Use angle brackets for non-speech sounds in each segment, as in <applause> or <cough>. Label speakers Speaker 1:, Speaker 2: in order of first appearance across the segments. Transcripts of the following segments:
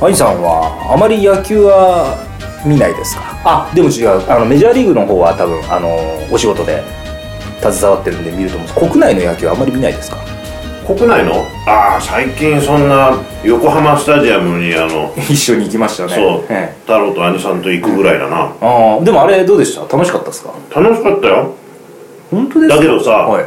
Speaker 1: アイさんはあまり野球は見ないですかあでも違うあのメジャーリーグの方は多分あのお仕事で携わってるんで見ると思うんです国内の野球はあまり見ないですか
Speaker 2: 国内のああ最近そんな横浜スタジアムにあの
Speaker 1: <laughs> 一緒に行きましたね
Speaker 2: そう、
Speaker 1: ええ
Speaker 2: 太郎と兄さんと行くぐらいだな、
Speaker 1: ああでもあれどうでした楽しかったですか
Speaker 2: 楽しかったよ
Speaker 1: 本当ですか
Speaker 2: だけどさ
Speaker 1: はい、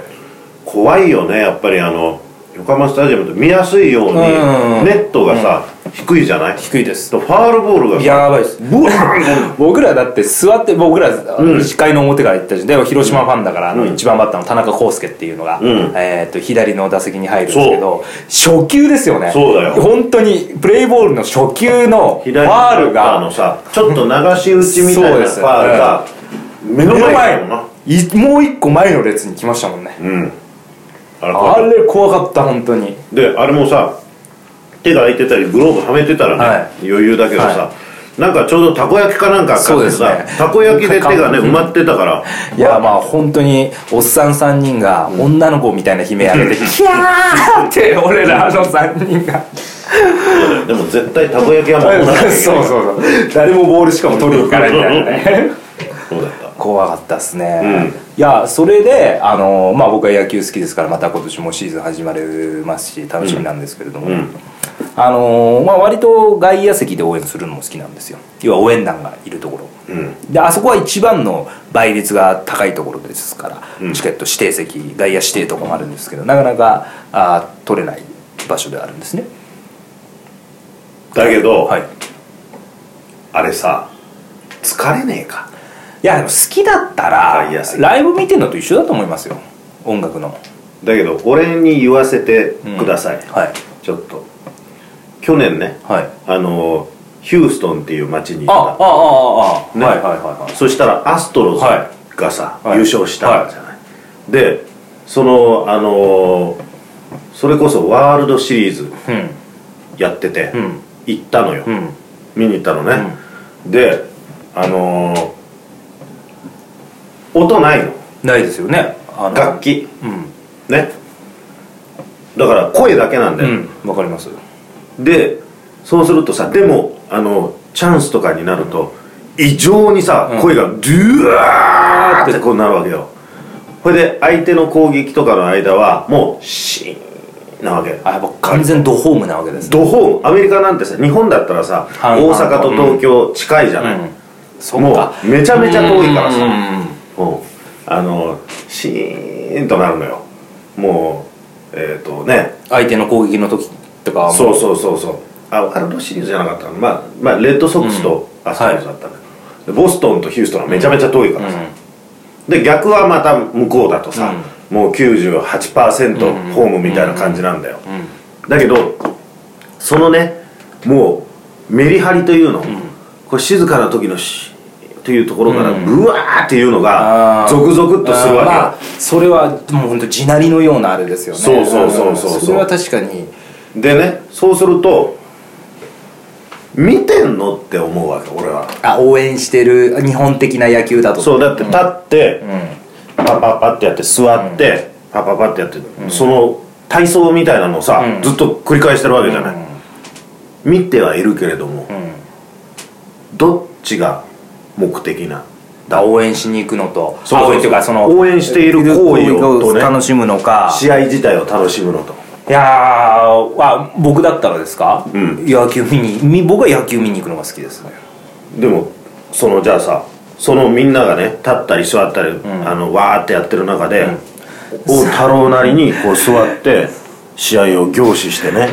Speaker 2: 怖いよねやっぱりあの横浜スタジアムって見やすいように
Speaker 1: うんうんうん
Speaker 2: ネットがさ、低いじゃない
Speaker 1: 低いです
Speaker 2: とファールボールがさ
Speaker 1: やばいです
Speaker 2: ブワーン
Speaker 1: <laughs> 僕らだって座って僕ら
Speaker 2: うん
Speaker 1: 1階の表から行ったしでも広島ファンだからあの
Speaker 2: うん
Speaker 1: 一番バッターの田中康介っていうのが、
Speaker 2: うん
Speaker 1: えー、と左の打席に入るんですけど初球ですよね
Speaker 2: そうだよ
Speaker 1: 本当にプレイボールの初球のファ
Speaker 2: 左バ
Speaker 1: ー
Speaker 2: ッ
Speaker 1: ル
Speaker 2: ター
Speaker 1: が
Speaker 2: のさちょっと流し打ちみたい
Speaker 1: そう
Speaker 2: な
Speaker 1: で
Speaker 2: フ
Speaker 1: す
Speaker 2: ァールが
Speaker 1: 目
Speaker 2: 目の
Speaker 1: の
Speaker 2: 前
Speaker 1: 前
Speaker 2: だもんない
Speaker 1: もう一個前の列に来ましたもんね
Speaker 2: うんあれ怖
Speaker 1: あ
Speaker 2: かっ
Speaker 1: れ怖かった本当に
Speaker 2: たであれもさ手が空いてたりグローブはめてたらね、
Speaker 1: はい
Speaker 2: 余裕だけどさ、
Speaker 1: は
Speaker 2: なんかちょうどたこ焼きかなんか買ってさ
Speaker 1: そうですね
Speaker 2: たこ焼きで手がね埋まってたから
Speaker 1: いやまあ本当におっさん3人が女の子みたいな悲鳴
Speaker 2: <laughs>
Speaker 1: 上げて「キャー!」って俺らあの3人が。
Speaker 2: でも絶対たこ焼きはもう
Speaker 1: そう
Speaker 2: なきゃいけ
Speaker 1: <laughs>
Speaker 2: ない
Speaker 1: そうそう誰もボールしかも取りに行かないみたいなね
Speaker 2: そうだった
Speaker 1: 怖かったっすね、
Speaker 2: うん
Speaker 1: いやそれであのまあ僕は野球好きですからまた今年もシーズン始まりますし楽しみなんですけれども、
Speaker 2: うん
Speaker 1: あのまあ割と外野席で応援するのも好きなんですよ要は応援団がいるところ
Speaker 2: うん
Speaker 1: であそこは一番の倍率が高いところですから、
Speaker 2: うん
Speaker 1: チケット指定席外野指定とかもあるんですけどなかなかあ取れない場所ではあるんですね
Speaker 2: だけど、
Speaker 1: はい
Speaker 2: あれさ疲れねえか
Speaker 1: いやでも好きだった
Speaker 2: わ
Speaker 1: ら
Speaker 2: かりやすい
Speaker 1: ライブ見てんのと一緒だと思いますよ音楽の、
Speaker 2: だけど俺に言わせて
Speaker 1: うん
Speaker 2: ください、
Speaker 1: はい
Speaker 2: ちょっと去年ね
Speaker 1: はい
Speaker 2: あのヒューストンっていう街にい
Speaker 1: あああ
Speaker 2: た
Speaker 1: ああ、
Speaker 2: ね
Speaker 1: はいはいはいはい
Speaker 2: そしたらアストロズ
Speaker 1: は
Speaker 2: がさ、
Speaker 1: はい
Speaker 2: 優勝したんじゃない、でそのあのそれこそワールドシリーズ
Speaker 1: うん
Speaker 2: やってて、
Speaker 1: うん
Speaker 2: 行ったのよ、
Speaker 1: うん
Speaker 2: 見に行ったのね、であのー音ないの
Speaker 1: ないですよねあの
Speaker 2: 楽器
Speaker 1: うん
Speaker 2: ねだから声だけなんだ
Speaker 1: う
Speaker 2: よ、
Speaker 1: んわかります
Speaker 2: でそうするとさでもあのチャンスとかになると異常にさ、
Speaker 1: うん
Speaker 2: 声がドゥワーってこうなるわけよこれで相手の攻撃とかの間はもうシーンなわけ
Speaker 1: あやっぱ完全ドホームなわけですね
Speaker 2: ドホームアメリカなんてさ日本だったらさ
Speaker 1: 半
Speaker 2: 大
Speaker 1: 々
Speaker 2: 阪と東京近いじゃない、
Speaker 1: うんそっ
Speaker 2: も
Speaker 1: か
Speaker 2: うめちゃめちゃ遠いからさ
Speaker 1: うんうんうん
Speaker 2: うんあのシーンとなるのよもうえっ、とね
Speaker 1: 相手の攻撃の時とかはもう
Speaker 2: そうそうそうそうあワールドシリーズじゃなかったのまあ、まあ、レッドソックスとアストロズだったのよ、でボストンとヒューストンはめちゃめちゃ遠いからさ、で逆はまた向こうだとさ、もう98%ホームみたいな感じなんだよ、
Speaker 1: ん
Speaker 2: だけどそのねもうメリハリというの、これ静かな時のしというところからブワーっていうの
Speaker 1: あ
Speaker 2: が
Speaker 1: ー
Speaker 2: ゾクゾクっとするわけよ、
Speaker 1: あーまあそれはもう本当地鳴りのようなあれですよね
Speaker 2: そうそうそうそうそうん
Speaker 1: それは確かに
Speaker 2: でねそうすると見てんのって思うわけ俺は
Speaker 1: あ応援してる日本的な野球だと
Speaker 2: そうだって立って、
Speaker 1: う
Speaker 2: パッパッパってやって座って、パッパッパってやって、その体操みたいなのをさ、
Speaker 1: うん
Speaker 2: ずっと繰り返してるわけじゃない、見てはいるけれども、
Speaker 1: ん、うん、
Speaker 2: どっちが目的な
Speaker 1: だ応援しに行くのと
Speaker 2: そうそうそう
Speaker 1: 応援というかその
Speaker 2: 応援している行為
Speaker 1: 行
Speaker 2: を
Speaker 1: 為
Speaker 2: とね
Speaker 1: 楽しむのか
Speaker 2: 試合自体を楽しむのと
Speaker 1: いやーあ僕だったらですか、
Speaker 2: うん
Speaker 1: 野球見にみ僕は野球見に行くのが好きですね
Speaker 2: でもそのじゃあさそのみんながね立ったり座ったり、あのわーってやってる中で、お太郎なりにこう座って試合を凝視してね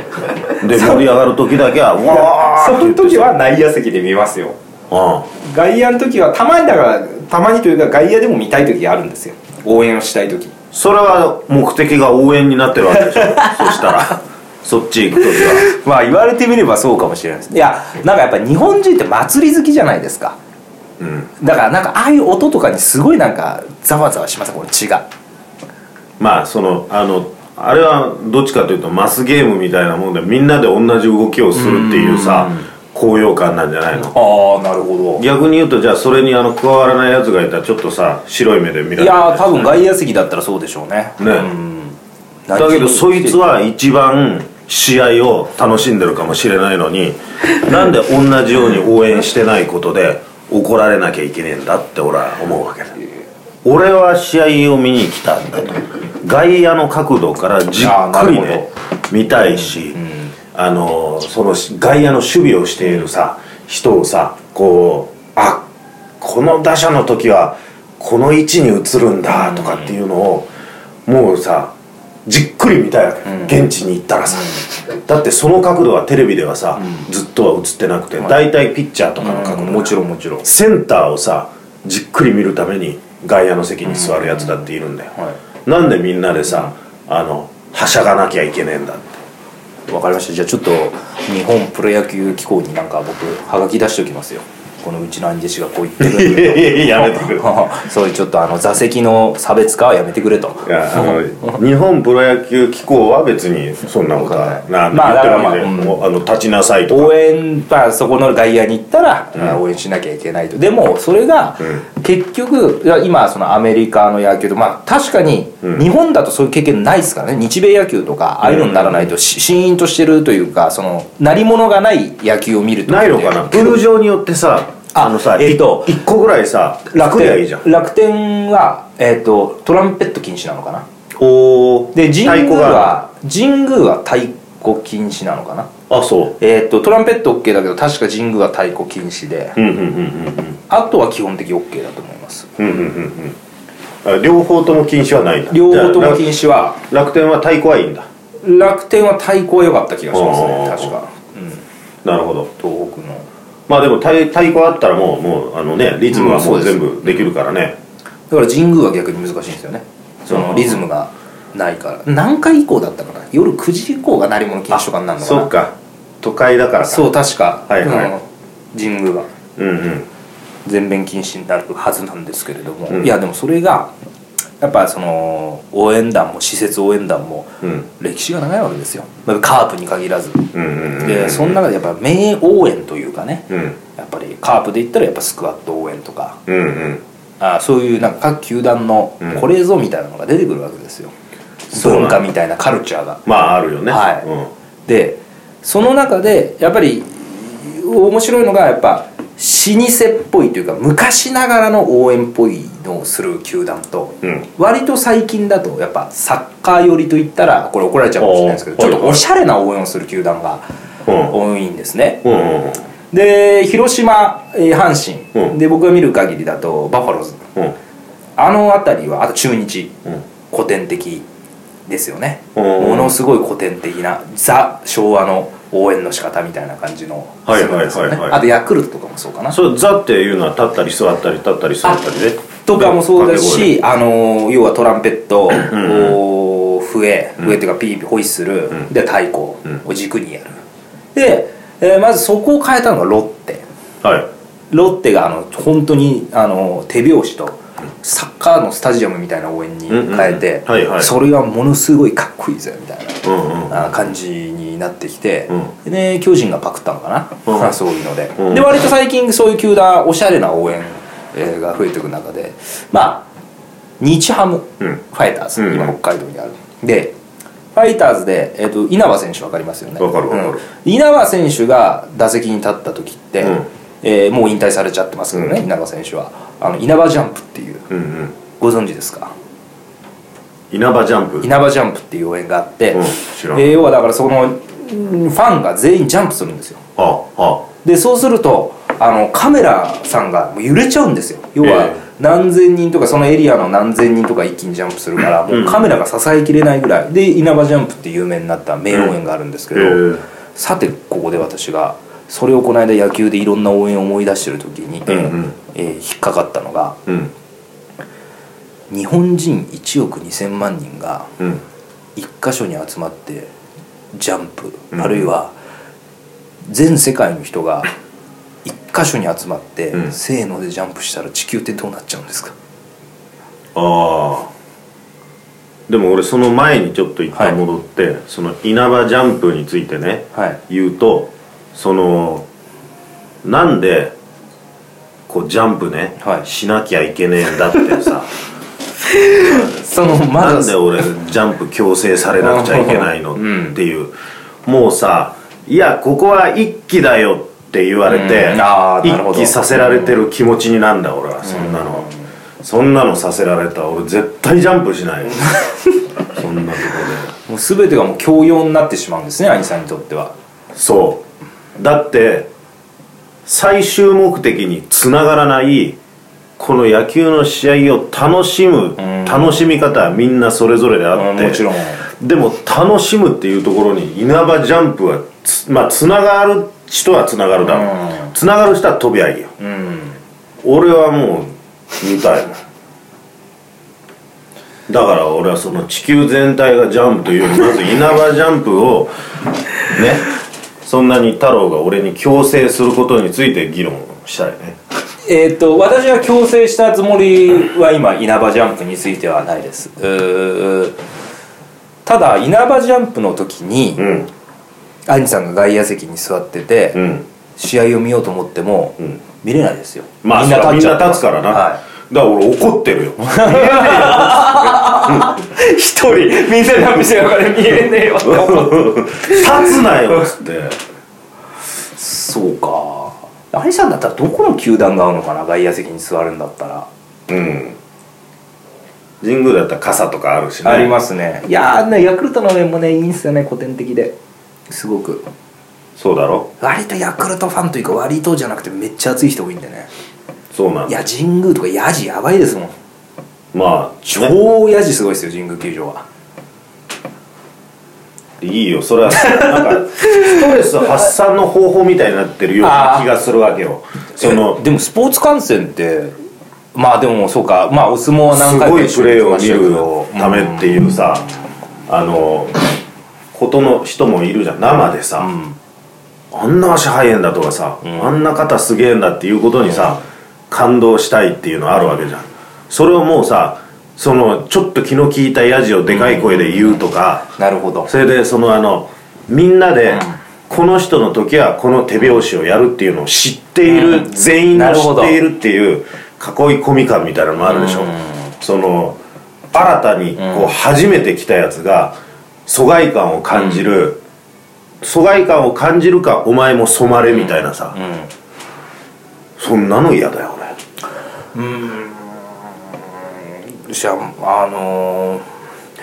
Speaker 2: で盛り上がる時だけはわーって言って
Speaker 1: 時は内野席で見ますよ
Speaker 2: あ
Speaker 1: 外野の時はたまにだからたまにというか外野でも見たい時があるんですよ応援をしたい時
Speaker 2: それは目的が応援になってるわけでしょそしたらそっち行く時は
Speaker 1: まあ言われてみればそうかもしれないですいやなんかやっぱ日本人って祭り好きじゃないですか
Speaker 2: うん
Speaker 1: だからなんかああいう音とかにすごいなんかざわざわしますこの血が
Speaker 2: まあそのあのあれはどっちかというとマスゲームみたいなもんでみんなで同じ動きをするっていうさ高揚感なんじゃないの
Speaker 1: ああなるほど
Speaker 2: 逆に言うとじゃあそれにあの加わらないやつがいたらちょっとさ白い目で見られる
Speaker 1: いやー多分外野席だったらそうでしょうね
Speaker 2: ね
Speaker 1: うん
Speaker 2: だけどそいつは一番試合を楽しんでるかもしれないの
Speaker 1: <laughs>
Speaker 2: になんで同じように応援してないことで怒られなきゃいけねえんだって俺は思うわけだ俺は試合を見に来たんだと外野の角度からじっ
Speaker 1: あーな
Speaker 2: く
Speaker 1: る
Speaker 2: り
Speaker 1: ほど
Speaker 2: ね見たいし、あのその外野の守備をしているさ人をさこうあこの打者の時はこの位置に移るんだとかっていうのを、もうさじっくり見たいわけ、現地に行ったらさ、だってその角度はテレビではさ、ずっとは映ってなくて大体、ピッチャーとかの角度、
Speaker 1: もちろんもちろん
Speaker 2: センターをさじっくり見るために外野の席に座るやつだっているんだよ、
Speaker 1: うんは
Speaker 2: なんでみんなでさあのはしゃがなきゃいけねえんだって
Speaker 1: わかりましたじゃあちょっと日本プロ野球機構になんか僕はがき出しておきますよこのうちの兄弟子がこう言ってるんで
Speaker 2: <laughs> やめてくれ
Speaker 1: <laughs> そういうちょっとあの座席の差別化はやめてくれと
Speaker 2: いやあの日本プロ野球機構は別にそんなことはな
Speaker 1: まあ
Speaker 2: 言ってる
Speaker 1: だから
Speaker 2: わけ
Speaker 1: まあ
Speaker 2: でもうあの立ちなさいとか
Speaker 1: 応援、まあ、そこの外野に行ったら、あ応援しなきゃいけないとでもそれが結局、いや今そのアメリカの野球とまあ確かに日本だとそういう経験ないですからね日米野球とかああいうのにならないとしシーンとしてるというかその鳴り物がない野球を見ると
Speaker 2: ないのかなプール上によってさ
Speaker 1: あ
Speaker 2: あのさ、
Speaker 1: えっと
Speaker 2: 1個ぐらいさ
Speaker 1: 楽
Speaker 2: 楽や
Speaker 1: 天
Speaker 2: いいじゃん
Speaker 1: 楽天は、えー、とトランペット禁止なのかな
Speaker 2: おー
Speaker 1: で
Speaker 2: 太
Speaker 1: 神
Speaker 2: 鼓
Speaker 1: 宮
Speaker 2: が
Speaker 1: は神宮は太鼓禁止なのかな
Speaker 2: あそ
Speaker 1: えー、とトランペット OK だけど確か神宮は太鼓禁止で、
Speaker 2: ううんうんうんうん
Speaker 1: あとは基本的 OK だと思います
Speaker 2: うんうんうんうんあ両方とも禁止はないんだ
Speaker 1: 両方とも禁止
Speaker 2: 止
Speaker 1: は
Speaker 2: 楽天は太鼓はいいんだ
Speaker 1: 楽天は太鼓は良かった気がしますね
Speaker 2: あー
Speaker 1: 確か、うん、
Speaker 2: なるほど
Speaker 1: 東北の
Speaker 2: まあでも太太鼓あったらもうもうあのねリズムはも
Speaker 1: うんそ
Speaker 2: う
Speaker 1: うです
Speaker 2: 全部できるからね、
Speaker 1: だから神宮は逆に難しいんですよねそのリズムがないから何回以降だったかな夜9時以降が鳴り物禁止とかになるのかな
Speaker 2: そうか都会だからか
Speaker 1: そう確か、
Speaker 2: はいはい
Speaker 1: うん神宮は
Speaker 2: うんうん
Speaker 1: 全面禁止になるはずなんですけれども、
Speaker 2: うん
Speaker 1: いやでもそれがやっぱその応援団も施設応援団も
Speaker 2: うん
Speaker 1: 歴史が長いわけですよ、まあ、カープに限らず
Speaker 2: うんうんうん
Speaker 1: でその中でやっぱ名応援というかね
Speaker 2: うん
Speaker 1: やっぱりカープで言ったらやっぱスクワット応援とか
Speaker 2: うんうん
Speaker 1: あそういうなんか各球団の
Speaker 2: うん
Speaker 1: これぞみたいなのが出てくるわけですよ、
Speaker 2: そうなん
Speaker 1: 文
Speaker 2: だ
Speaker 1: 化みたいなカルチャーが
Speaker 2: まああるよね
Speaker 1: はい
Speaker 2: うん
Speaker 1: でその中でやっぱり面白いのがやっぱ老舗っぽいというか昔ながらの応援っぽいのをする球団と、
Speaker 2: うん
Speaker 1: 割と最近だとやっぱサッカー寄りといったらこれ怒られちゃうかもしれないですけど
Speaker 2: おー
Speaker 1: ちょっとおしゃれな応援をする球団が
Speaker 2: うん
Speaker 1: 多いんですね。
Speaker 2: うんうん
Speaker 1: で広島、えー阪神、
Speaker 2: うん
Speaker 1: で僕が見る限りだとバファローズ
Speaker 2: うん
Speaker 1: あの辺りはあと中日、
Speaker 2: うん
Speaker 1: 古典的ですよね
Speaker 2: うん
Speaker 1: ものすごい古典的なザ昭和の応援の仕方みたいな感じの
Speaker 2: はい
Speaker 1: するんですよね
Speaker 2: はいはいはい
Speaker 1: あとヤクルトとかもそうかな
Speaker 2: そうザっていうのは立ったり座ったり立ったり座ったりで
Speaker 1: とかもそうだ
Speaker 2: 掛け
Speaker 1: し、あのー要はトランペットを笛笛っていうかピーピーホイッスル、で太鼓を軸にやる、で、えーまずそこを変えたのがロッテ
Speaker 2: 声ではい
Speaker 1: ロッテがあの本当にあの手拍子とサッカーのスタジアムみたいな応援に変え
Speaker 2: うんうんう
Speaker 1: て
Speaker 2: んはいはい
Speaker 1: それがものすごいかっこいいぜみたい
Speaker 2: うんうん
Speaker 1: なあ感じになってきて
Speaker 2: う
Speaker 1: で巨人がパクったのか
Speaker 2: うん
Speaker 1: なそういうので
Speaker 2: うん
Speaker 1: で割と最近そういう球団おしゃれな応援えーが増えていく中でまあ日ハムフ
Speaker 2: うん
Speaker 1: ァイター
Speaker 2: うんう
Speaker 1: ズ
Speaker 2: ん
Speaker 1: 今北海道にあるでファイターズで、えー、と稲葉選手分かりますよね
Speaker 2: わかるわかる
Speaker 1: うん稲葉選手が打席に立った時って、
Speaker 2: うん
Speaker 1: えーもう引退されちゃってますけどね、稲葉選手はあの稲葉ジャンプっていう
Speaker 2: うんうん
Speaker 1: ご存知ですか
Speaker 2: 稲葉ジャンプ
Speaker 1: 稲葉ジャンプっていう応援があって、
Speaker 2: うん知らん
Speaker 1: えー要はだからそのうんファンが全員ジャンプするんですよ
Speaker 2: ああ
Speaker 1: でそうするとあのカメラさんがもう揺れちゃうんですよ要は
Speaker 2: え
Speaker 1: 何千人とかそのエリアの何千人とか一気にジャンプするからもうカメラが支えきれないぐらいで稲葉ジャンプって有名になった名応援があるんですけど、
Speaker 2: うんええ
Speaker 1: さてここで私がそれをこの間野球でいろんな応援を思い出してる時に、
Speaker 2: うんうん
Speaker 1: えー引っかかったのが
Speaker 2: うん
Speaker 1: 日本人1億2,000万人が
Speaker 2: うん
Speaker 1: 一箇所に集まってジャンプ、あるいは全世界の人が一箇所に集まって、
Speaker 2: うん
Speaker 1: せーのでジャンプしたら地球ってどうなっちゃうんですか
Speaker 2: ああでも俺その前にちょっと一回戻って、その稲葉ジャンプについてね、
Speaker 1: はい
Speaker 2: 言うとそのなんでこうジャンプね、
Speaker 1: はい
Speaker 2: しなきゃいけねえんだってさ
Speaker 1: <laughs> そのま
Speaker 2: な
Speaker 1: だ
Speaker 2: んで俺ジャンプ強制されなくちゃいけないの
Speaker 1: うん
Speaker 2: っていうもうさいやここは一期だよって言われて、
Speaker 1: うんあーなるほ
Speaker 2: 一
Speaker 1: ど
Speaker 2: 期させられてる気持ちになんだ俺はそんなの、そんなのさせられたら俺絶対ジャンプしない <laughs> よそんなとこ
Speaker 1: もう全てがもう教養になってしまうんですね兄さんにとっては
Speaker 2: でそうだって最終目的につながらないこの野球の試合を楽しむ、楽しみ方はみんなそれぞれであって、
Speaker 1: もちろん
Speaker 2: でも楽しむっていうところに稲葉ジャンプはつ,、まあ、つながる人はつながるだろう、つながる人は飛び上げよ、俺はもう見たいもんだから俺はその地球全体がジャンプというよりまず稲葉ジャンプをねそんなに太郎が俺に強制することについて議論したいね
Speaker 1: えーっと私は強制したつもりは今稲葉ジャンプについてはないですうーただ稲葉ジャンプの時に、
Speaker 2: うん
Speaker 1: 兄さんが外野席に座ってて、
Speaker 2: うん
Speaker 1: 試合を見ようと思っても、見れないですよ
Speaker 2: まあみんなみんな立つからな、
Speaker 1: は
Speaker 2: だから俺怒って <laughs> るよ
Speaker 1: い、一人みんな涙が見えねえよ
Speaker 2: 立つなよっつって
Speaker 1: <laughs> そうか兄さんだったらどこの球団が合うのかな外野席に座るんだったら
Speaker 2: うん神宮だったら傘とかあるしね
Speaker 1: ありますねいやーねヤクルトの面もねいいんすよね古典的ですごく
Speaker 2: そうだろ
Speaker 1: 割とヤクルトファンというか割とじゃなくてめっちゃ熱い人多いんでね
Speaker 2: そうなん
Speaker 1: い
Speaker 2: だ
Speaker 1: や神宮とかヤジやばいですもん
Speaker 2: まあね
Speaker 1: 超ヤジすごいですよ神宮球場はい
Speaker 2: いよそれはなんかストレス発散の方法みたいになってるような気がするわけよその
Speaker 1: えでもスポーツ観戦ってまあでもそうかまあお相撲は
Speaker 2: す
Speaker 1: 何回
Speaker 2: ご
Speaker 1: か
Speaker 2: い
Speaker 1: 一
Speaker 2: プ
Speaker 1: 緒に
Speaker 2: レー
Speaker 1: 行き
Speaker 2: を
Speaker 1: ま
Speaker 2: 見
Speaker 1: したけど
Speaker 2: るためっていうさあのことの人もいるじゃん生でさ、あんな足速いんだとかさ、あんな肩すげえんだっていうことにさ、感動したいっていうのあるわけじゃんそれをもうさそのちょっと気の利いたヤジをでかい声で言うとか、
Speaker 1: なるほど
Speaker 2: それでそのあのみんなで、この人の時はこの手拍子をやるっていうのを知っている、全員
Speaker 1: な
Speaker 2: の
Speaker 1: るほ
Speaker 2: 知っ
Speaker 1: ど
Speaker 2: ているっていう囲い込み感みたいなのもあるでしょ、その新たにこう初めて来たやつが疎外感を感じる、疎外感を感じるかお前も染まれみたいなさ、そんなの嫌だよ俺
Speaker 1: じゃああのー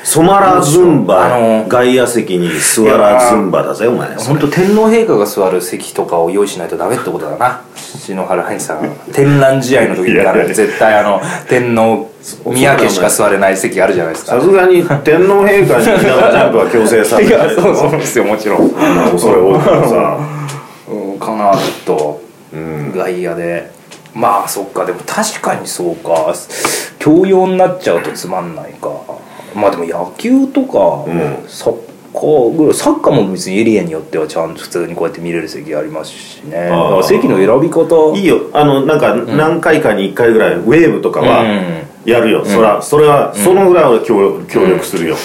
Speaker 2: 染まらずんば、
Speaker 1: あの
Speaker 2: 外野席に座らずんばだぜお前
Speaker 1: 本当天皇陛下が座る席とかを用意しないとダメってことだな篠原兄さん天覧試合の時か
Speaker 2: いやい
Speaker 1: ら
Speaker 2: やいや
Speaker 1: 絶対あの天皇宮家しか座れない席あるじゃないですか
Speaker 2: さすがに <laughs> 天皇陛下に稲葉ジャンプは強制され
Speaker 1: い
Speaker 2: て
Speaker 1: やそうそうですよもちろん、
Speaker 2: 恐れ多いからさ
Speaker 1: うん、かなと、外野でまあそっかでも確かにそうか教養になっちゃうとつまんないかまあでも野球とか、
Speaker 2: ん
Speaker 1: サッカーぐらいサッカーも別にエリアによってはちゃんと普通にこうやって見れる席ありますしねだ
Speaker 2: あー
Speaker 1: から席の選び方
Speaker 2: <laughs> いいよあのなんか何回かに1回ぐらいウェーブとかは
Speaker 1: う
Speaker 2: やるよ、そらそれはそのぐらいは協協力するよ、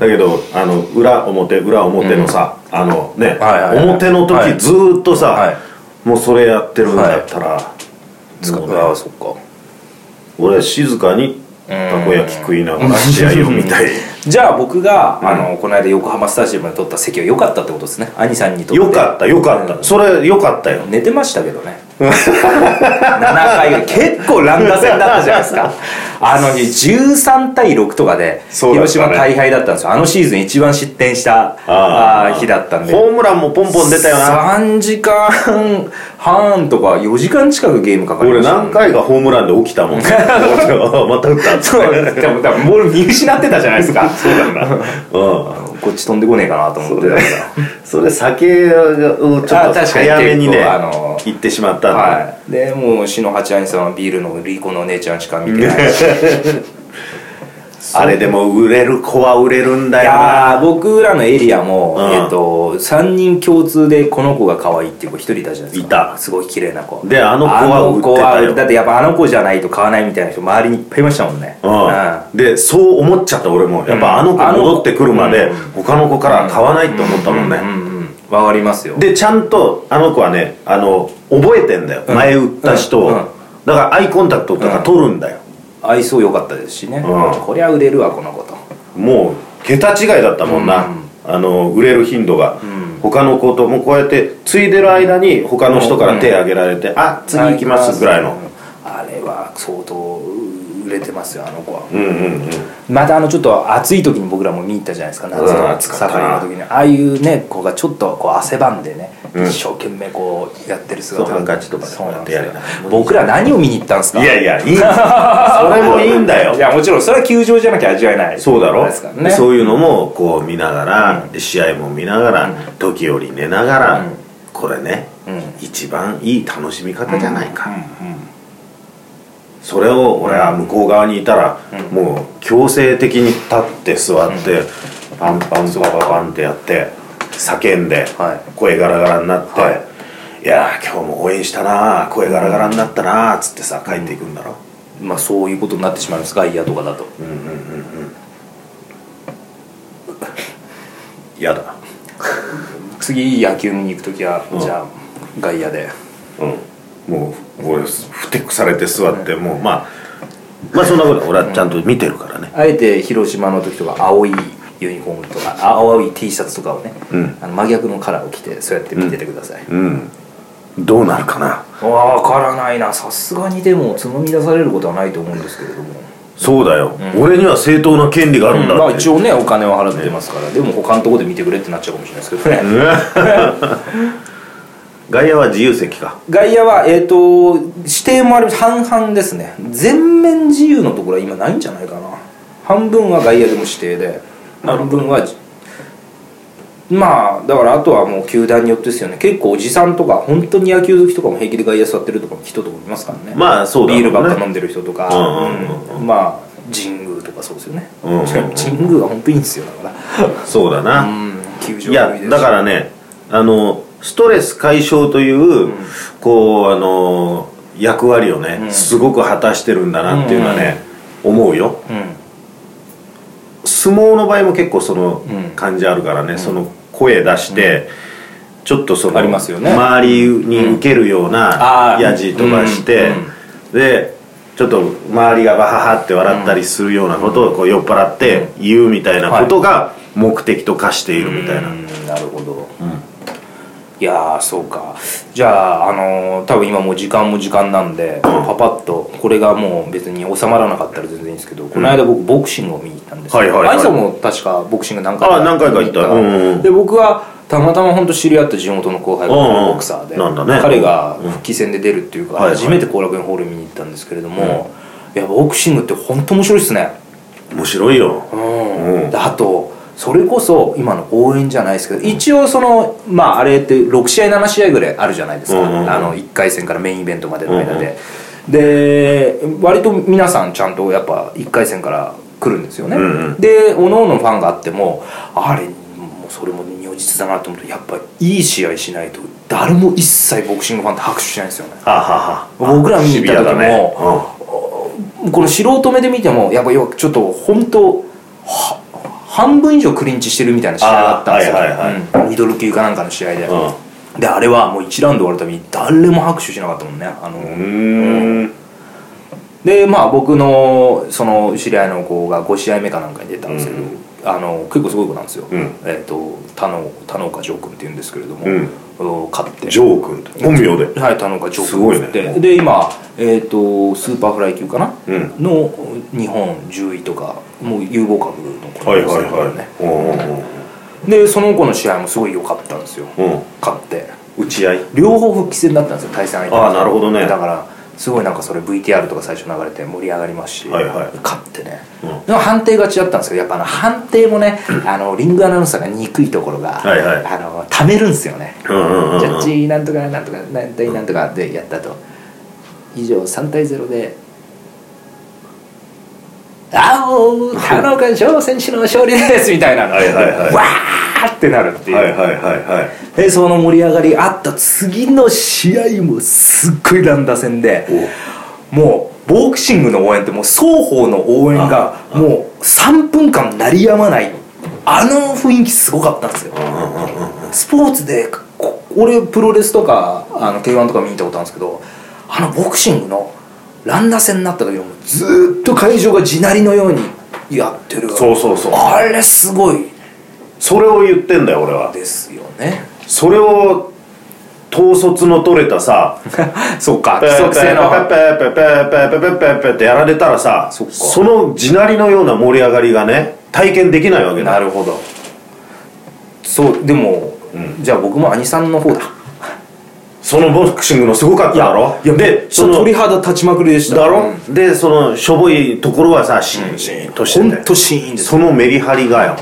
Speaker 2: だけどあの裏表裏表のさ、あのね、
Speaker 1: はいはいはい
Speaker 2: 表の時、
Speaker 1: はい
Speaker 2: ずーっとさ、
Speaker 1: はい
Speaker 2: もうそれやってるんだったら、
Speaker 1: つか
Speaker 2: もうね
Speaker 1: ああそっか
Speaker 2: 俺は静かにたこ焼き食いながら試合を見 <laughs> たい
Speaker 1: じゃあ僕が、あのこの間横浜スタジアムで取った席は良かったってことですね兄さんにとって
Speaker 2: よかったよかった、それよかったよ
Speaker 1: 寝てましたけどね7回ぐらい結構乱打戦だったじゃないです <laughs> かあの日13対6とかで
Speaker 2: そうだったね
Speaker 1: 広島大敗だったんですよあのシーズン一番失点した
Speaker 2: あ
Speaker 1: あー日だったんで
Speaker 2: ホームランもポンポン出たよな
Speaker 1: 3時間半とか4時間近くゲームかかり
Speaker 2: 俺
Speaker 1: ました
Speaker 2: 何回かホームランで起きたも
Speaker 1: <laughs>
Speaker 2: んまた打ったっつっ
Speaker 1: そう
Speaker 2: て
Speaker 1: なんですでも多分ボール見失ってたじゃないですか <laughs> そうだな
Speaker 2: うん
Speaker 1: こっち飛んでこねえかなと思ってた <laughs> から
Speaker 2: それ酒をちょっ
Speaker 1: あ
Speaker 2: と
Speaker 1: 確かに
Speaker 2: 早めにね
Speaker 1: 結構あの
Speaker 2: 行ってしまったんだ
Speaker 1: はい、でもう篠八兄さんはビールのリーコのお姉ちゃんしか見てないしい
Speaker 2: あれでも売れる子は売れるんだよな
Speaker 1: やー僕らのエリアも、
Speaker 2: うん
Speaker 1: えっと3人共通でこの子が可愛いっていう子1人いたじゃないですか
Speaker 2: いた
Speaker 1: すごい綺麗な子
Speaker 2: であの子は売ってたよ
Speaker 1: あの子はだってやっぱあの子じゃないと買わないみたいな人周りにいっぱいいましたもんね
Speaker 2: うん、でそう思っちゃった俺もやっぱあの子
Speaker 1: あの子
Speaker 2: 戻ってくるまで他の子から買わないって思ったもんね、
Speaker 1: うんうんうんわかりますよ
Speaker 2: でちゃんとあの子はねあの覚えてんだよ、前売った人を、
Speaker 1: うんうん
Speaker 2: だからアイコンタクトとか取るんだよ、
Speaker 1: 愛想良かったですしね、
Speaker 2: うん
Speaker 1: こりゃ売れるわこの子と
Speaker 2: もう桁違いだったもんな、
Speaker 1: うん
Speaker 2: あの売れる頻度が、他の子ともこうやってついでる間に他の人から手挙げられて、あ次行きますぐらいの、
Speaker 1: あれは相当売れてますよあの子は、
Speaker 2: うんうんうん
Speaker 1: またあのちょっと暑い時に僕らも見に行ったじゃないですか夏
Speaker 2: うん
Speaker 1: の
Speaker 2: 暑かったな
Speaker 1: 盛りの時にああいうね子がちょっとこう汗ばんでね、一生懸命こうやってる姿
Speaker 2: そうハンカチとかで
Speaker 1: そうなんです
Speaker 2: こう
Speaker 1: よ
Speaker 2: やってやるな
Speaker 1: 僕ら何を見に行ったんですか
Speaker 2: いやいやいいんだそれもいいんだよ
Speaker 1: いやもちろんそれは球場じゃなきゃ味わえない
Speaker 2: そうだろ
Speaker 1: ですからね
Speaker 2: そういうのもこう見ながら、で試合も見ながら、時折寝ながら、これね、一番いい楽しみ方じゃないか、それを俺は向こう側にいたら、もう強制的に立って座って、パンパンパンパンってやって叫んで、
Speaker 1: はい
Speaker 2: 声ガラガラになって、い、やー今日も応援したなー声ガラガラになったなーっつってさ帰っていくんだろ、
Speaker 1: まあそういうことになってしまいます外野とかだと
Speaker 2: 嫌だ
Speaker 1: 次野球に行く時は、
Speaker 2: ん
Speaker 1: じゃあ外野で
Speaker 2: うん、もう俺ふてくされて座ってもうまあまあそんなこと俺はちゃんと見てるからね、
Speaker 1: あえて広島の時とか青いユニフォームとかあ青い T シャツとかをね、
Speaker 2: ん
Speaker 1: あの真逆のカラーを着てそうやって見ててください、
Speaker 2: うん、どうなるかな
Speaker 1: わからないなさすがにでもつまみ出されることはないと思うんですけれども、
Speaker 2: そうだよ、俺には正当な権利があるんだ
Speaker 1: まあ
Speaker 2: って、
Speaker 1: 一
Speaker 2: <laughs>
Speaker 1: 応ねお金は払ってますから、でも他のとこで見てくれってなっちゃうかもしれないですけどね、
Speaker 2: 外野は自由席か
Speaker 1: 外野はえっ、と指定もある半々ですね全面自由のところは今ないんじゃないかな半分は外野でも指定で半分はまあだからあとはもう球団によってですよね結構おじさんとか本当に野球好きとかも平気で外野座ってるとか人とかいますからね
Speaker 2: まあそうだろう
Speaker 1: ビ
Speaker 2: ね
Speaker 1: ールばっか飲んでる人とか、
Speaker 2: うんうんうん
Speaker 1: うんまあ神宮とかそうですよね、
Speaker 2: うんうんうん
Speaker 1: 神宮は本当にいいんですよだから
Speaker 2: そうだな、
Speaker 1: うん球場
Speaker 2: いやだかららねあのストレス解消という、こうあの役割をね、すごく果たしてるんだなっていうのはね、思うよ、
Speaker 1: う
Speaker 2: 相撲の場合も結構その感じあるからね、その声出して、ちょっとその
Speaker 1: ありますよね
Speaker 2: 周りに受けるよう
Speaker 1: あ
Speaker 2: な
Speaker 1: ー
Speaker 2: やじ飛ばして、
Speaker 1: うん
Speaker 2: でちょっと周りがバハハって笑ったりするようなことをこう酔っ払って言うみたいなことが目的と化しているみたいな、
Speaker 1: んなるほど、いやーそうかじゃああのー多分今もう時間も時間なんで、パパッとこれがもう別に収まらなかったら全然いいんですけど、この間僕ボクシングを見に行ったんですよ
Speaker 2: はいはいはい
Speaker 1: あいさんも確かボクシング何回
Speaker 2: あ何回か行った
Speaker 1: 見に
Speaker 2: うんうんうん
Speaker 1: で僕はたまたま本当知り合った地元の後輩が
Speaker 2: うんうん
Speaker 1: ボクサーで、
Speaker 2: なんだね
Speaker 1: 彼が復帰戦で出るっていうから、
Speaker 2: はいはい
Speaker 1: 初めて後楽園ホール見に行ったんですけれども、いやボクシングって本当面白いっすね
Speaker 2: 面白いよ、
Speaker 1: う、
Speaker 2: うんん
Speaker 1: であとそれこそ今の応援じゃないですけど一応そのまああれって6試合7試合ぐらいあるじゃないですか、
Speaker 2: うんうんうん
Speaker 1: あの1回戦からメインイベントまでの間で、で割と皆さんちゃんとやっぱ1回戦から来るんですよね、
Speaker 2: うんうん
Speaker 1: でおのおのファンがあってもあれもうそれも如実だなと思うとやっぱいい試合しないと誰も一切ボクシングファンって拍手しないんですよね
Speaker 2: はあはあはあ
Speaker 1: 僕ら見に行った時も
Speaker 2: シビアだね
Speaker 1: この素人目で見てもやっぱ要はちょっと本当は半分以上クリンチしてるみたいな試合があったんですよ、
Speaker 2: あーはいはい
Speaker 1: うんミドル級かなんかの試合で、
Speaker 2: う
Speaker 1: であれはもう1ラウンド終わるたびに誰も拍手しなかったもんねあの、
Speaker 2: うんうん
Speaker 1: でまあ僕のその知り合いの子が5試合目かなんかに出たんですけど、
Speaker 2: うん
Speaker 1: あの結構すごい子なんですよ、
Speaker 2: うん
Speaker 1: えっ、と田野田野岡ジョー君っていうんですけれども、
Speaker 2: うん
Speaker 1: うん勝って
Speaker 2: ジョー君って本名で
Speaker 1: はい、田中長
Speaker 2: すごいね
Speaker 1: でで今、えー、とスーパーフライ級かな、
Speaker 2: うん
Speaker 1: の日本10位とかもう有望株の子
Speaker 2: はい
Speaker 1: です
Speaker 2: は
Speaker 1: よ
Speaker 2: いは
Speaker 1: ね
Speaker 2: いうん
Speaker 1: でその子の試合もすごい良かったんですよ、
Speaker 2: うんうん
Speaker 1: 勝って
Speaker 2: 打ち合い
Speaker 1: 両方復帰戦だったんですよ対戦相手
Speaker 2: あーなるほどね
Speaker 1: だからすごいなんかそれ VTR とか最初流れて盛り上がりますし、
Speaker 2: はいはい
Speaker 1: 勝ってね、
Speaker 2: うん
Speaker 1: でも判定勝ちだったんですけどやっぱあの判定もねあのリングアナウンサーが憎いところが、
Speaker 2: はいはい
Speaker 1: あのためるんですよね
Speaker 2: うんうんうんうん
Speaker 1: ジャッジなんとかなんとかなんとかなんとかでやったと以上3対0で青田中翔選手の勝利ですみたいなの
Speaker 2: はいはいはい
Speaker 1: わーってなるっていう、
Speaker 2: はいはいはいはい
Speaker 1: でその盛り上がりあった次の試合もすっごい乱打戦でもうボクシングの応援ってもう双方の応援がもう3分間鳴りやまないあの雰囲気すごかったんですよスポーツでこ俺プロレスとかあの K1 とか見に行ったことあるんですけどあのボクシングの乱打戦になった時はもうずーっと会場が地鳴りのようにやってる
Speaker 2: そうそうそう
Speaker 1: あれすごい
Speaker 2: それを言ってんだよ俺は
Speaker 1: ですよね <laughs>
Speaker 2: それを統率の取れたさ
Speaker 1: <laughs> そうか
Speaker 2: ペ
Speaker 1: 規
Speaker 2: ー
Speaker 1: 則
Speaker 2: ペ
Speaker 1: 性
Speaker 2: ー
Speaker 1: の
Speaker 2: ペーペーペーペーペーペーペーペーってやられたらさ
Speaker 1: そっか
Speaker 2: その地鳴りのような盛り上がりがね体験できないわけだ
Speaker 1: なるほどそうでも、じゃあ僕も兄さんの方だ
Speaker 2: そのボクシングのすごかっただろでその
Speaker 1: 鳥肌立ちまくりでした
Speaker 2: だろ、でそのしょぼいところはさシーンシーンとして
Speaker 1: ほ
Speaker 2: て
Speaker 1: んとシーンです
Speaker 2: そのメリハリがよ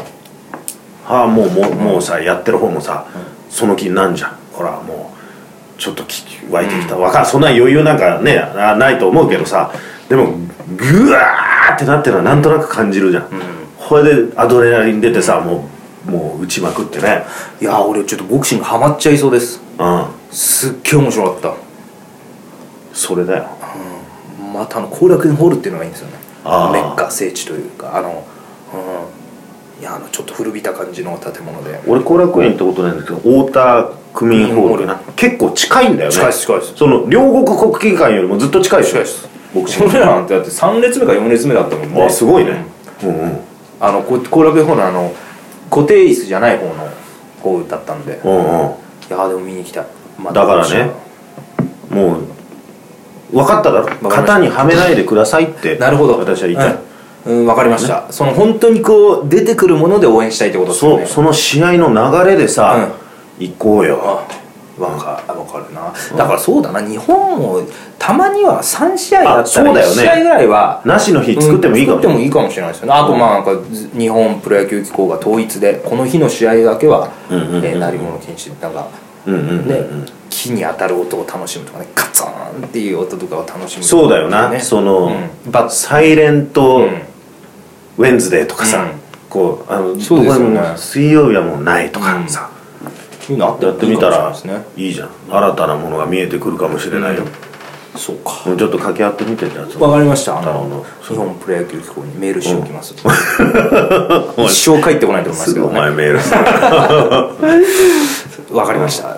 Speaker 2: ああもうもうもうさやってる方もさ、その気になんじゃんほらもうちょっとき湧いてきた、わかそんな余裕なんかねあないと思うけどさでもグワーってなってるのはなんとなく感じるじゃん、これでアドレナリン出てさもうもう打ちまくってね
Speaker 1: いやー俺ちょっとボクシングハマっちゃいそうです
Speaker 2: うん
Speaker 1: すっげえ面白かった
Speaker 2: それだよ
Speaker 1: またあの後楽園ホールっていうのがいいんですよね
Speaker 2: あー
Speaker 1: メッカ聖地というかあのうんいやあのちょっと古びた感じの建物で
Speaker 2: 俺後楽園ってことないんですけど太田区民ホールかな結構近いんだよね
Speaker 1: 近いです近いです
Speaker 2: その両国国技館よりもずっと近いでしょ
Speaker 1: 近いです
Speaker 2: ボ <laughs> クシング
Speaker 1: 俺らなんてだって3列目か4列目だったもんね
Speaker 2: あすごいねうんうん
Speaker 1: あのこ後楽園ホールのあの固定椅子じゃない方の方だったんで
Speaker 2: うんうん
Speaker 1: いやーでも見に来た、ま
Speaker 2: だからねもう分かっただろ
Speaker 1: ました
Speaker 2: 型にはめないでくださいって
Speaker 1: なるほど
Speaker 2: 私は言いたい、
Speaker 1: うん、うん、分かりました、その本当にこう出てくるもので応援したいってことですよ
Speaker 2: そ
Speaker 1: ね
Speaker 2: うその試合の流れでさ、行こうよ
Speaker 1: わかわかるな、だからそうだな日本もたまには3試合だ
Speaker 2: あ
Speaker 1: った
Speaker 2: そう
Speaker 1: ら
Speaker 2: だ
Speaker 1: 1
Speaker 2: よね
Speaker 1: 試合ぐらいは、
Speaker 2: なしの日作ってもいい
Speaker 1: う
Speaker 2: か
Speaker 1: ん
Speaker 2: も、
Speaker 1: 作ってもいいかもしれないですよねあとまあなんかず日本プロ野球機構が統一でこの日の試合だけは
Speaker 2: うんうんうんうん
Speaker 1: えー鳴り物禁止なんか
Speaker 2: うんうんうん、
Speaker 1: ね木に当たる音を楽しむとかねカツーンっていう音とかを楽しむとかね
Speaker 2: そうだよな、その、
Speaker 1: うんバッ
Speaker 2: サイレント、
Speaker 1: うん
Speaker 2: ウェンズデーとかさ、
Speaker 1: うん
Speaker 2: こうあの
Speaker 1: そうですよね
Speaker 2: どこにも水曜日はもうないとかさ、
Speaker 1: いうのあって
Speaker 2: やってみたら
Speaker 1: いいかもしれないですね
Speaker 2: いいじゃん新たなものが見えてくるかもしれないよ、
Speaker 1: そうか
Speaker 2: もうちょっと掛け合ってみてじゃあその
Speaker 1: わかりましたあ
Speaker 2: なるほ
Speaker 1: の
Speaker 2: ど
Speaker 1: 日本プロ野球機構にメールしておきます、
Speaker 2: <laughs>
Speaker 1: 一生帰ってこないと思いますすけ
Speaker 2: ぐ
Speaker 1: ど
Speaker 2: お
Speaker 1: ね
Speaker 2: 前メ
Speaker 1: <laughs>
Speaker 2: ールする
Speaker 1: わかりました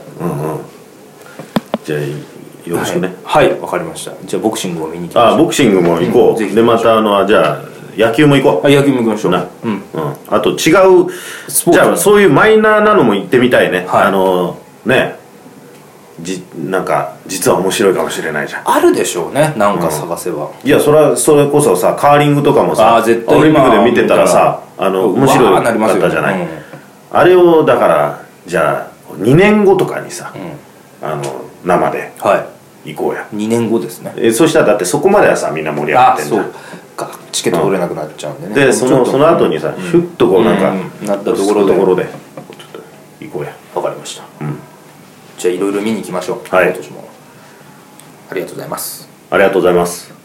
Speaker 2: じゃあよろしくね、
Speaker 1: はいはいわ、かりましたじゃあボクシングを見に行き
Speaker 2: あ
Speaker 1: ま
Speaker 2: あ
Speaker 1: しょ
Speaker 2: ボクシングも行こ
Speaker 1: うん
Speaker 2: う、
Speaker 1: ぜひ
Speaker 2: でまたあのじゃあ野球も行こ
Speaker 1: うあ野球も行きましょう
Speaker 2: な
Speaker 1: うん
Speaker 2: う、うん、あと違う
Speaker 1: スポーツ
Speaker 2: じゃあそういうマイナーなのも行ってみたいね、
Speaker 1: はい
Speaker 2: あのねじなんか実は面白いかもしれないじゃん
Speaker 1: あるでしょうねなんか探せば、
Speaker 2: いやそれはそれこそさカーリングとかもさ
Speaker 1: あー絶対
Speaker 2: オリンピック
Speaker 1: 今
Speaker 2: で見てたらさあの
Speaker 1: うわー
Speaker 2: 面白か
Speaker 1: なります
Speaker 2: っ
Speaker 1: よ
Speaker 2: たじゃない、
Speaker 1: うん
Speaker 2: あれをだからじゃあ2年後とかにさ、あの生で
Speaker 1: は
Speaker 2: 行こうや
Speaker 1: い2年後ですね
Speaker 2: えそしたらだってそこまではさみんな盛り上が
Speaker 1: あ
Speaker 2: ってんじ
Speaker 1: そ
Speaker 2: ゃ
Speaker 1: うんかチケット取れなくなっちゃうんでね
Speaker 2: でその
Speaker 1: ちょっと
Speaker 2: その後にさ、シュッとこうなんか、
Speaker 1: うんなったところで
Speaker 2: ところでちょっと行こうや
Speaker 1: わかりました、じゃあいろいろ見に行きましょう、
Speaker 2: はい
Speaker 1: 今年もありがとうございます
Speaker 2: ありがとうございます